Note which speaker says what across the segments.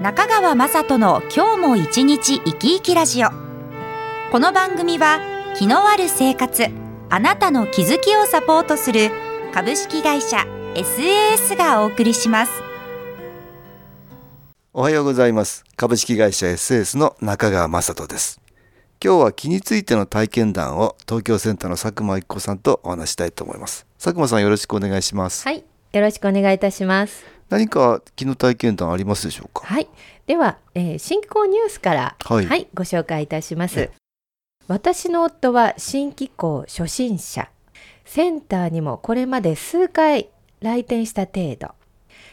Speaker 1: 中川雅人の今日も一日生き生きラジオこの番組は気のある生活あなたの気づきをサポートする株式会社 SAS がお送りします
Speaker 2: おはようございます株式会社 SS の中川雅人です今日は気についての体験談を東京センターの佐久間一子さんとお話したいと思います佐久間さんよろしくお願いします、
Speaker 3: はい、よろしくお願いいたします。
Speaker 2: 何か気の体験談ありますでしょうか
Speaker 3: はい、では、えー新興ニュースから、
Speaker 2: はい
Speaker 3: ご紹介いたしま
Speaker 2: え
Speaker 3: す。私の夫は新機構初心者。センターにもこれまで数回来店した程度。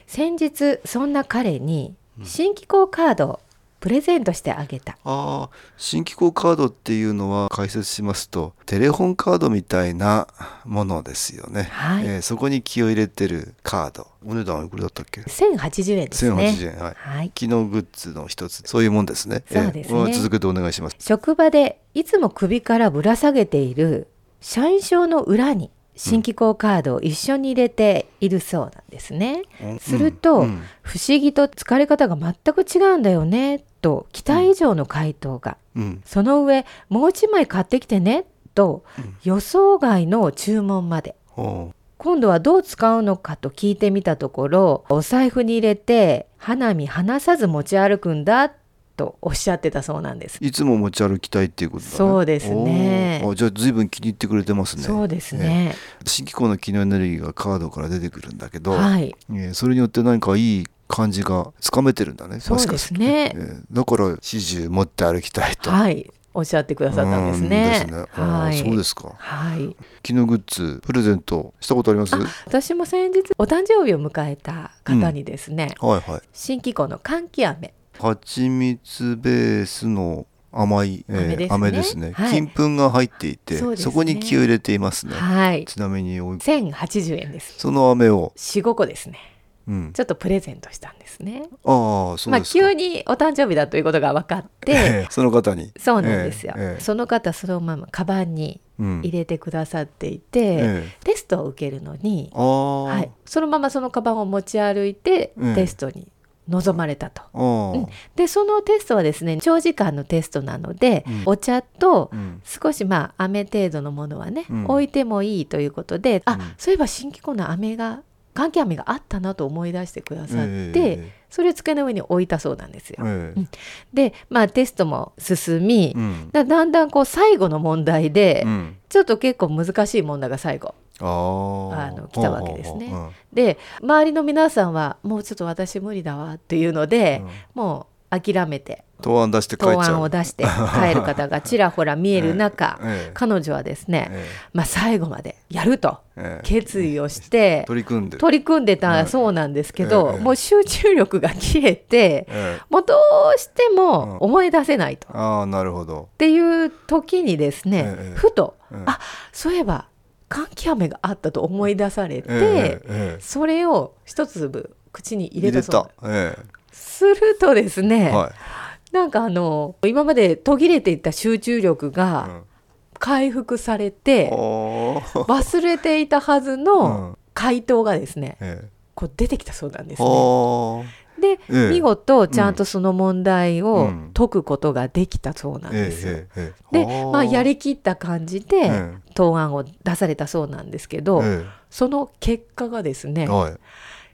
Speaker 3: 先日、そんな彼に新機構カードをプレゼントしてあげた。
Speaker 2: ああ、新機構カードっていうのは解説しますとテレホンカードみたいなものですよね、
Speaker 3: はい
Speaker 2: えーそこに気を入れてるカードお値段いくらだったっけ
Speaker 3: 1080円ですね。
Speaker 2: 1080円はい
Speaker 3: はい。
Speaker 2: 機能グッズの一つそういうもんですね
Speaker 3: そうですね
Speaker 2: えー続けてお願いします
Speaker 3: 職場でいつも首からぶら下げている社員証の裏に新機構カードを一緒に入れているそうなんですね。
Speaker 2: うん
Speaker 3: すると、
Speaker 2: うん
Speaker 3: 不思議と疲れ方が全く違うんだよねと期待以上の回答が、
Speaker 2: うん
Speaker 3: その上もう一枚買ってきてねと予想外の注文まで。
Speaker 2: ほ
Speaker 3: 今度はどう使うのかと聞いてみたところお財布に入れて花見離さず持ち歩くんだとおっしゃってたそうなんです
Speaker 2: ういつも持ち歩きたいっていうことだね
Speaker 3: そうですね
Speaker 2: おーあじゃあ随分気に入ってくれてますね
Speaker 3: そうですね。
Speaker 2: 新機構の機能エネルギーがカードから出てくるんだけど、
Speaker 3: はい。
Speaker 2: えーそれによって何かいい感じがつかめてるんだね
Speaker 3: そうですね
Speaker 2: え。ーだから始終持って歩きたいと。
Speaker 3: はい。おっしゃってくださったんですね。
Speaker 2: うんですねあー
Speaker 3: はい。
Speaker 2: そうですか。
Speaker 3: はい。
Speaker 2: 機能グッズプレゼントしたことあります？はい
Speaker 3: 私も先日お誕生日を迎えた方にですね、
Speaker 2: はい。
Speaker 3: 新機構の柑橘飴
Speaker 2: 蜂蜜ベースの甘い、
Speaker 3: 飴ですね
Speaker 2: 飴ですね。
Speaker 3: はい
Speaker 2: 金粉が入っていて、
Speaker 3: そうですね
Speaker 2: こに気を入れていますね。
Speaker 3: はい。
Speaker 2: ちなみにおい
Speaker 3: 千八十円です。
Speaker 2: その飴を、
Speaker 3: 四五個ですね。
Speaker 2: うん、
Speaker 3: ちょっとプレゼントしたんですね。
Speaker 2: ああそう
Speaker 3: まあ
Speaker 2: ですか。
Speaker 3: 急にお誕生日だということが分かっ
Speaker 2: え
Speaker 3: て。
Speaker 2: えその方に、
Speaker 3: そうなんですよ、
Speaker 2: ええええ
Speaker 3: その方そのままカバンに
Speaker 2: うん、
Speaker 3: 入れてくださっていて、
Speaker 2: ええ
Speaker 3: テストを受けるのに
Speaker 2: ああ、
Speaker 3: はい、そのままそのカバンを持ち歩いて
Speaker 2: うん
Speaker 3: テストに臨まれたと。
Speaker 2: ああ、
Speaker 3: うんでそのテストはですね長時間のテストなので、
Speaker 2: うん
Speaker 3: お茶と
Speaker 2: うん
Speaker 3: 少しまあ飴程度のものはね、
Speaker 2: うん
Speaker 3: 置いてもいいということで、
Speaker 2: う
Speaker 3: あ
Speaker 2: ん
Speaker 3: そういえば新機構の飴が柑橘飴があったなと思い出してくださって、
Speaker 2: え
Speaker 3: それを机の上に置いたそうなんです
Speaker 2: え
Speaker 3: よ。
Speaker 2: ええ
Speaker 3: でまあテストも進み、
Speaker 2: うん
Speaker 3: だだんだんこう最後の問題で、
Speaker 2: うん
Speaker 3: ちょっと結構難しい問題が最後
Speaker 2: ああ
Speaker 3: あの来たわけですね
Speaker 2: ほうほうほう
Speaker 3: で周りの皆さんはもうちょっと私無理だわっていうので
Speaker 2: うん、うん
Speaker 3: もう諦めて
Speaker 2: 答案出して帰っちゃう
Speaker 3: 答案を出 して帰る方がちらほら見える中、
Speaker 2: ええ
Speaker 3: 彼女はですね、
Speaker 2: え
Speaker 3: まあ、最後までやると
Speaker 2: えええ
Speaker 3: 決意をして
Speaker 2: 取り組んでる
Speaker 3: 取り組んでたそうなんですけど、
Speaker 2: ええ
Speaker 3: もう集中力が切れて
Speaker 2: ええ
Speaker 3: もうどうしても思い出せないと。っ
Speaker 2: ああなるほど
Speaker 3: ていう時にですね、
Speaker 2: ええ
Speaker 3: ふと、
Speaker 2: ええ
Speaker 3: あそういえば柑橘飴があったと思い出されて、
Speaker 2: ええええ
Speaker 3: それを一粒口に入
Speaker 2: 入
Speaker 3: れた
Speaker 2: れ
Speaker 3: そうなん
Speaker 2: た
Speaker 3: です
Speaker 2: え
Speaker 3: するとです
Speaker 2: え
Speaker 3: ね、
Speaker 2: はい
Speaker 3: なんかあの今まで途切れていた集中力が回復されて、
Speaker 2: お
Speaker 3: 忘れていたはず
Speaker 2: うん
Speaker 3: の回答がですね、
Speaker 2: え
Speaker 3: こう出てきたそうなんで
Speaker 2: え
Speaker 3: すね。
Speaker 2: ほ
Speaker 3: で、
Speaker 2: ええ
Speaker 3: 見事ちゃんとその問題
Speaker 2: う
Speaker 3: を
Speaker 2: ん
Speaker 3: 解くことができたそうな
Speaker 2: うんえ
Speaker 3: ですよ。
Speaker 2: えええええ
Speaker 3: で、まあ、やりきった感じで、
Speaker 2: ええ
Speaker 3: 答案を出されたそうなんですけ
Speaker 2: ほ
Speaker 3: ど、
Speaker 2: うえ
Speaker 3: その結果がです
Speaker 2: え
Speaker 3: ね
Speaker 2: はい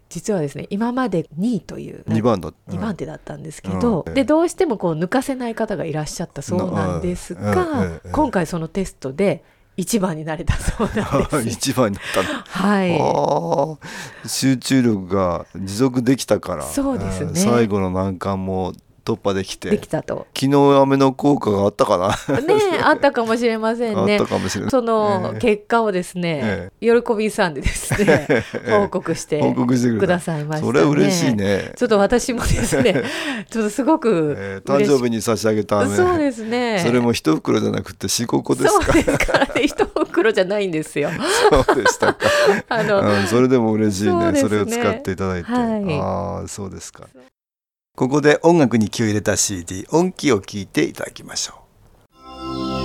Speaker 3: 実はですね今まで2位という
Speaker 2: 二番だ
Speaker 3: 2番
Speaker 2: で
Speaker 3: 手だったんですけど、
Speaker 2: うん
Speaker 3: でどうしてもこう抜かせない方がいらっしゃったそうなんです
Speaker 2: な
Speaker 3: が、
Speaker 2: うんうんうん
Speaker 3: 今回そのテストで1番になれたそうなんです。
Speaker 2: 一番になった の
Speaker 3: は い、
Speaker 2: ああ集中力が持続できたから
Speaker 3: そうですね
Speaker 2: えー最後の難関も突破できて
Speaker 3: できたと。
Speaker 2: 昨日雨の効果があったかな、
Speaker 3: ね えあったかもしれません
Speaker 2: あっ
Speaker 3: ね
Speaker 2: た。かもしれない
Speaker 3: その
Speaker 2: ええ
Speaker 3: 結果をですね、喜びさんでです ね、報告して
Speaker 2: 報告してくれた
Speaker 3: くださいました、ね。
Speaker 2: それは嬉しい。ね
Speaker 3: ちょっと私もです ね、ちょっとすごく嬉
Speaker 2: えー
Speaker 3: しく、
Speaker 2: 誕生日に差し上げた飴
Speaker 3: そうですね。
Speaker 2: それも一袋じゃなくて四五個です
Speaker 3: そう
Speaker 2: か
Speaker 3: ですからね、一袋じゃないんですよ。
Speaker 2: そうでしたか、
Speaker 3: あの、
Speaker 2: うん、それでも嬉しい
Speaker 3: そう
Speaker 2: ね
Speaker 3: です
Speaker 2: そ
Speaker 3: ね
Speaker 2: れを使っていただいて、
Speaker 3: はい
Speaker 2: ああそうですかここで音楽に気を入れた CD 音気を聞いていただきましょう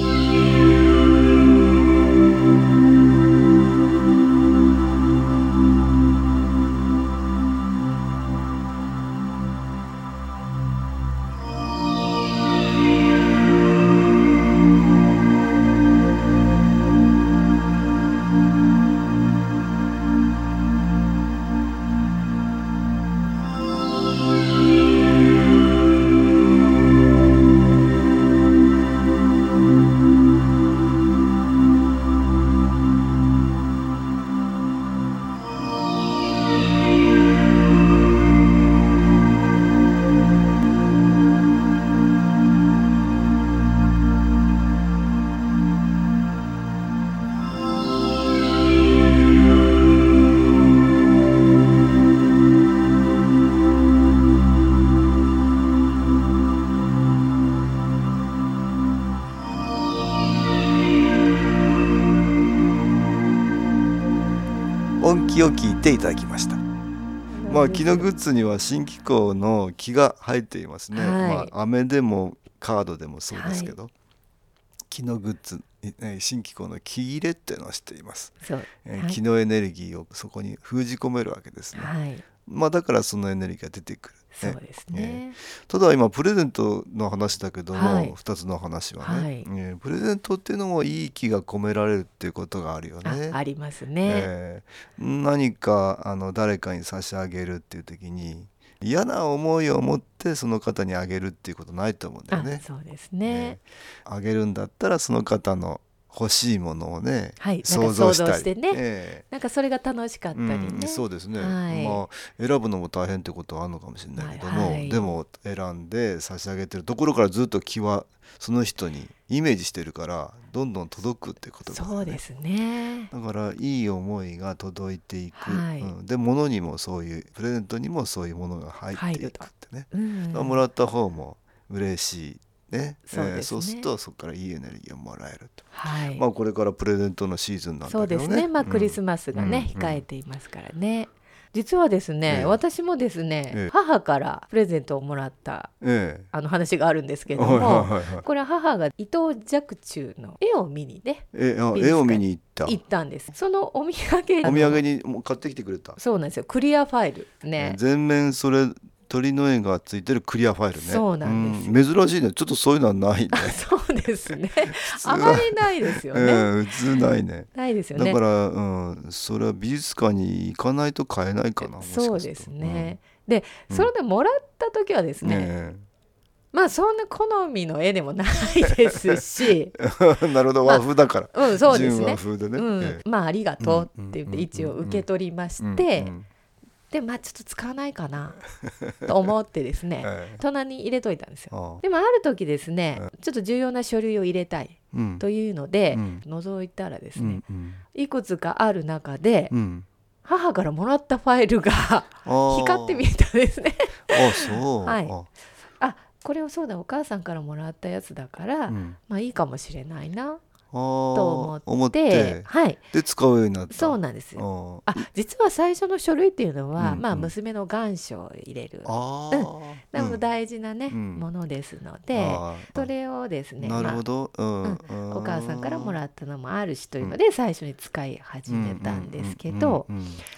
Speaker 2: 音気を聞いていただきましたまあ木のグッズには新機構の木が入っていますね、
Speaker 3: はい
Speaker 2: まあ飴でもカードでもそうですけど、木のグッズえー新機構の木入れっていうのをしています、
Speaker 3: そう
Speaker 2: えー
Speaker 3: はい
Speaker 2: 木のエネルギーをそこに封じ込めるわけですね、
Speaker 3: はい、
Speaker 2: まあだからそのエネルギーが出てく
Speaker 3: そ
Speaker 2: る、ね、
Speaker 3: うですね。
Speaker 2: ただ今プレゼントの話だけども、
Speaker 3: はい
Speaker 2: 2つの話はね、
Speaker 3: はい
Speaker 2: えープレゼントっていうのもいい木が込められるっていうことがあるよね
Speaker 3: あ、ありますね。
Speaker 2: えー何かあの誰かに差し上げるっていう時に嫌な思いを持ってその方にあげるっていうことないと思うんだよ
Speaker 3: あ、
Speaker 2: ね。
Speaker 3: そうです
Speaker 2: え
Speaker 3: ね。
Speaker 2: ーあげるんだったらその方の欲しいものをね、
Speaker 3: はいなんか
Speaker 2: 想像したり
Speaker 3: 想像してね
Speaker 2: え
Speaker 3: なんかそれが楽しかった
Speaker 2: ー
Speaker 3: りね。
Speaker 2: うん、そうですね、
Speaker 3: はい
Speaker 2: まあ選ぶのも大変ってことはあるのかもしれないけども、
Speaker 3: はいはい
Speaker 2: でも選んで差し上げてるところからずっと気はその人にイメージしてるからどんどん届くってことだよね
Speaker 3: そうですね。
Speaker 2: だからいい思いが届いていく、
Speaker 3: はい
Speaker 2: うん、で物にもそういうプレゼントにもそういうものが入っていくってね、
Speaker 3: うん
Speaker 2: だからもらった方も嬉しいね
Speaker 3: そうですね
Speaker 2: そうするとそこからいいエネルギーをもらえると、
Speaker 3: はい。
Speaker 2: まあこれからプレゼントのシーズンなんだけ
Speaker 3: そ
Speaker 2: ど
Speaker 3: う
Speaker 2: ね
Speaker 3: ですね。まあクリス
Speaker 2: マ
Speaker 3: マスが
Speaker 2: うん
Speaker 3: ね、控えていますからね。実はですね、
Speaker 2: ええ
Speaker 3: 私もですね、
Speaker 2: ええ
Speaker 3: 母からプレゼントをもらった
Speaker 2: ス、え
Speaker 3: あの話があるんですけ
Speaker 2: え、
Speaker 3: れど
Speaker 2: は
Speaker 3: も、
Speaker 2: いはいはいはい
Speaker 3: これは母が伊藤若冲の絵を見にね
Speaker 2: えあ
Speaker 3: いいですか
Speaker 2: 絵を見に行った
Speaker 3: 行ったんですそのお土産
Speaker 2: お土産
Speaker 3: に
Speaker 2: にもう買ってきてくれた、
Speaker 3: そうなんですよクリアファイルね
Speaker 2: 全面それ鳥の絵がついてるクリアファイルね
Speaker 3: そうなんですよ
Speaker 2: うん珍しいねちょっとそういうのはないね
Speaker 3: そうですね
Speaker 2: 通は
Speaker 3: あまりないです よね、
Speaker 2: うん普通ないね
Speaker 3: ないですよ
Speaker 2: だ
Speaker 3: ね
Speaker 2: から、うん、それは美術館に行かないと買えないかな。もしかると
Speaker 3: そうですね、でそれでもらった時はです
Speaker 2: うんね
Speaker 3: ね、まあそんな好みの絵でもないです し
Speaker 2: えなるほど、和風だから。
Speaker 3: うんそうです
Speaker 2: 純和
Speaker 3: ね
Speaker 2: 風でね。
Speaker 3: うん
Speaker 2: え、
Speaker 3: まあありがとうって言っ
Speaker 2: う
Speaker 3: て
Speaker 2: ん
Speaker 3: 一応受け取りまし
Speaker 2: えうん
Speaker 3: て、
Speaker 2: うん
Speaker 3: でまあちょっと使わないかなと思ってですね、
Speaker 2: ええ
Speaker 3: 棚に入れといたんですよ
Speaker 2: ああ
Speaker 3: でもある時ですね、ちょっと重要な書類を入れたい
Speaker 2: うん
Speaker 3: というので、
Speaker 2: うん
Speaker 3: 覗いたらです
Speaker 2: う
Speaker 3: ね、
Speaker 2: んうん
Speaker 3: いくつかある中で、
Speaker 2: うん
Speaker 3: 母からもらったファイルが
Speaker 2: あー
Speaker 3: 光って見えたんですね。
Speaker 2: あ、そう。
Speaker 3: はい
Speaker 2: あ
Speaker 3: あこれをそうだお母さんからもらったやつだから、
Speaker 2: うん
Speaker 3: まあいいかもしれないな
Speaker 2: あー
Speaker 3: と
Speaker 2: 思
Speaker 3: 思
Speaker 2: っ
Speaker 3: って
Speaker 2: て、
Speaker 3: はい
Speaker 2: で使うようになった。
Speaker 3: そうなんですよ。
Speaker 2: あ
Speaker 3: あ実は最初の書類っていうのは、
Speaker 2: うん
Speaker 3: ま
Speaker 2: う
Speaker 3: あ、
Speaker 2: ん
Speaker 3: 娘の願書を入れる
Speaker 2: あ
Speaker 3: うん
Speaker 2: ー。
Speaker 3: でも
Speaker 2: っ
Speaker 3: 大事なね、
Speaker 2: うん
Speaker 3: ものですのでそれをですね、
Speaker 2: なる
Speaker 3: まあ
Speaker 2: ほど。うん
Speaker 3: うんお母さんからも
Speaker 2: っ
Speaker 3: らったのもあるしというので最初に使い始めたんですけど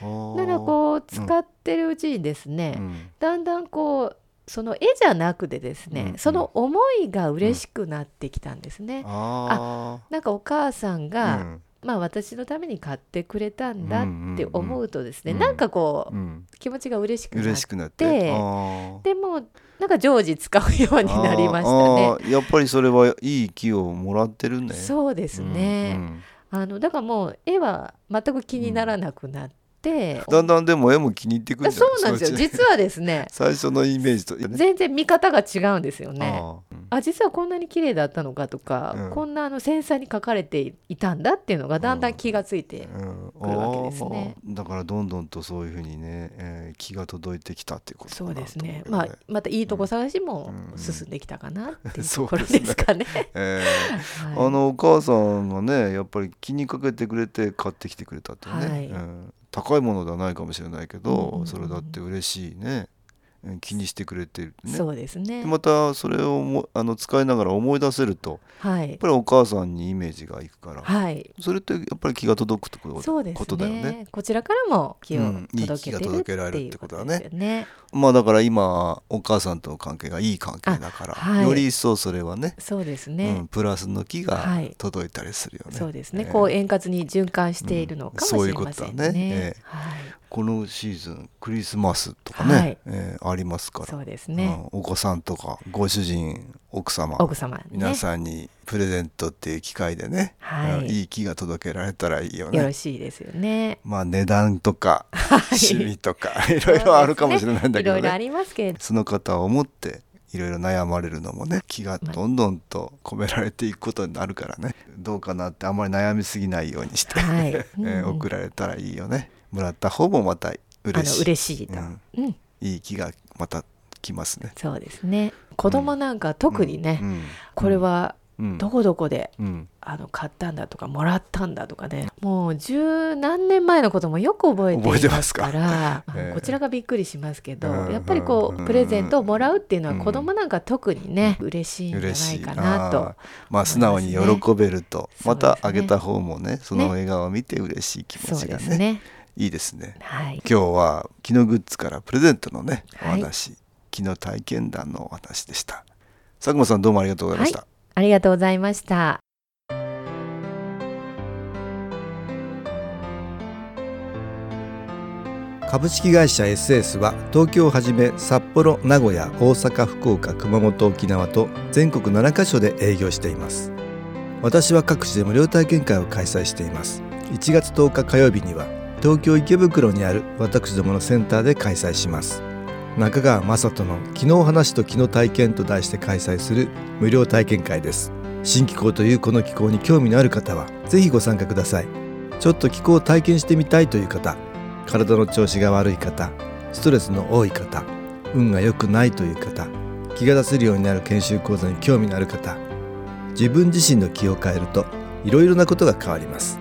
Speaker 2: な
Speaker 3: だからこう使ってるうちにですねだんだんこうその絵じゃなくてです
Speaker 2: うん
Speaker 3: ね
Speaker 2: うん
Speaker 3: その思いが嬉しくなってきたんですね。
Speaker 2: あ
Speaker 3: なんかお母さん
Speaker 2: あ
Speaker 3: が、まあ私のために買ってくれたんだって思うとですね
Speaker 2: うん
Speaker 3: なんかこ
Speaker 2: うんうん
Speaker 3: う気持ちが嬉しくなっ
Speaker 2: 嬉してくなって
Speaker 3: で
Speaker 2: あー
Speaker 3: でもうなんか常時使うようになりましたね
Speaker 2: あ。ーやっぱりそれはいい木をもらってるねう
Speaker 3: そうで
Speaker 2: です
Speaker 3: ね、あのだからもう絵は全く気にならなくなって
Speaker 2: だんだんでも絵も気に入ってくるんじゃ
Speaker 3: そ
Speaker 2: ないう
Speaker 3: なんですよ
Speaker 2: そのうち
Speaker 3: 実はですね
Speaker 2: 最初のイメージとね
Speaker 3: 全然見方が違うんですよね。
Speaker 2: ああうん
Speaker 3: あ実はこんなに綺麗だったのかとか、
Speaker 2: うん
Speaker 3: こんなあの繊細に描かれていたんだっていうのがだんだん気がついて、
Speaker 2: うん
Speaker 3: くるわけですね
Speaker 2: ああだからどんどんとそういうふうにね、えー気が届いてきたっていうこと
Speaker 3: そうですね、
Speaker 2: か
Speaker 3: ま
Speaker 2: な
Speaker 3: あ
Speaker 2: と思うよ、
Speaker 3: またいいとこ探しも
Speaker 2: うん
Speaker 3: 進んできたかなっていう
Speaker 2: そ
Speaker 3: と
Speaker 2: う
Speaker 3: ころ
Speaker 2: ですね
Speaker 3: です かね。
Speaker 2: えー
Speaker 3: はい
Speaker 2: あのお母さんがねやっぱり気にかけてくれて買ってきてくれたっていうね、
Speaker 3: はい
Speaker 2: うん高いものではないかもしれないけど、
Speaker 3: うんうんうん
Speaker 2: それだって嬉しいねうん気にしてくれてるってね
Speaker 3: そうですね
Speaker 2: で。またそれをもあの使いながら思い出せると
Speaker 3: は
Speaker 2: やっ
Speaker 3: い。
Speaker 2: ぱりお母さんにイメージがいくから、
Speaker 3: はい。
Speaker 2: それってやっぱり気が届くってこと
Speaker 3: そうですね
Speaker 2: ことだよね
Speaker 3: こちらからも気
Speaker 2: う
Speaker 3: を
Speaker 2: んいい
Speaker 3: 届
Speaker 2: 気
Speaker 3: け
Speaker 2: が
Speaker 3: てる
Speaker 2: 届
Speaker 3: っ
Speaker 2: けられ
Speaker 3: て
Speaker 2: るっ
Speaker 3: い
Speaker 2: て
Speaker 3: う
Speaker 2: こ
Speaker 3: ことと
Speaker 2: だ
Speaker 3: で
Speaker 2: ね
Speaker 3: すよね。
Speaker 2: まあだから今お母さんとの関係がいい関係だから、
Speaker 3: あはい
Speaker 2: より一層それはね
Speaker 3: そうです
Speaker 2: う
Speaker 3: ね
Speaker 2: ん、。プラスの木が
Speaker 3: はい
Speaker 2: 届いたりするよね。
Speaker 3: そうですね。
Speaker 2: えー
Speaker 3: こう円滑に循環しているのかもしれません
Speaker 2: うんそういうことだね
Speaker 3: ね
Speaker 2: え。
Speaker 3: はい。
Speaker 2: このシーズンクリスマスとかね、
Speaker 3: はい
Speaker 2: えーありますから
Speaker 3: そうですね。
Speaker 2: うんお子さんとかご主人奥様
Speaker 3: 奥様ね。
Speaker 2: 皆さんにプレゼントっていう機会でね、
Speaker 3: はい
Speaker 2: うんいい気が届けられたらいいよ
Speaker 3: よろ
Speaker 2: ね。
Speaker 3: しいですよね。
Speaker 2: まあ値段とか
Speaker 3: はい
Speaker 2: 趣味とか、い、ろいろあるかもしれないんだけど
Speaker 3: いろいろあ
Speaker 2: ね
Speaker 3: りますけれど。
Speaker 2: その方を思っていろいろ悩まれるのもね気がどんどんと込められていくことになるからねどうかなってあんまり悩みすぎないようにして、
Speaker 3: はい
Speaker 2: えー
Speaker 3: うん
Speaker 2: 送られたらいいよねもらった方もまた
Speaker 3: あ
Speaker 2: 嬉
Speaker 3: の
Speaker 2: しい
Speaker 3: 嬉しいと。
Speaker 2: うん
Speaker 3: うん。
Speaker 2: いい気がまた来ますね
Speaker 3: そうですね。子供なんか特にね
Speaker 2: う、ん
Speaker 3: これは
Speaker 2: うん
Speaker 3: どこどこで
Speaker 2: うん
Speaker 3: あの買ったんだとかもらったんだとかねもう十何年前のこともよく覚え
Speaker 2: 覚え
Speaker 3: て
Speaker 2: て
Speaker 3: い
Speaker 2: ま
Speaker 3: ますす
Speaker 2: か
Speaker 3: から
Speaker 2: ええ
Speaker 3: あのこちらがびっくりしますけど、
Speaker 2: うん
Speaker 3: やっぱりこ
Speaker 2: うん
Speaker 3: うプレゼントをもらうっていうの
Speaker 2: う
Speaker 3: は
Speaker 2: ん
Speaker 3: 子供なんか特にね、嬉しいんじゃ
Speaker 2: 嬉
Speaker 3: な
Speaker 2: し
Speaker 3: い
Speaker 2: い
Speaker 3: かな
Speaker 2: あー
Speaker 3: と
Speaker 2: まあ素直に喜べると
Speaker 3: 思
Speaker 2: ま
Speaker 3: いますね
Speaker 2: たあげた方もねその笑顔を見て嬉しい気持
Speaker 3: そう
Speaker 2: ちが
Speaker 3: です
Speaker 2: ね
Speaker 3: ね
Speaker 2: いいですね
Speaker 3: はい
Speaker 2: 今日は木のグッズからプレゼントのねお
Speaker 3: はい
Speaker 2: 話、木の体験談のお話でした佐久間さんどうもありがとうございました、
Speaker 3: ありがとうございました
Speaker 2: 株式会社 SS は東京をはじめ札幌名古屋大阪福岡熊本沖縄と全国7カ所で営業しています私は各地で無料体験会を開催しています1月10日火曜日には東京池袋にある私どものセンターで開催します中川雅人の「昨日話と昨日体験」と題して開催する無料体験会です新機構というこの機構に興味のある方はぜひご参加くださいちょっと気候を体験してみたいという方体の調子が悪い方ストレスの多い方運が良くないという方気が出せるようになる研修講座に興味のある方自分自身の気を変えるといろいろなことが変わります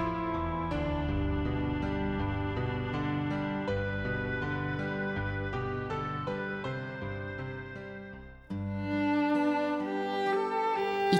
Speaker 1: い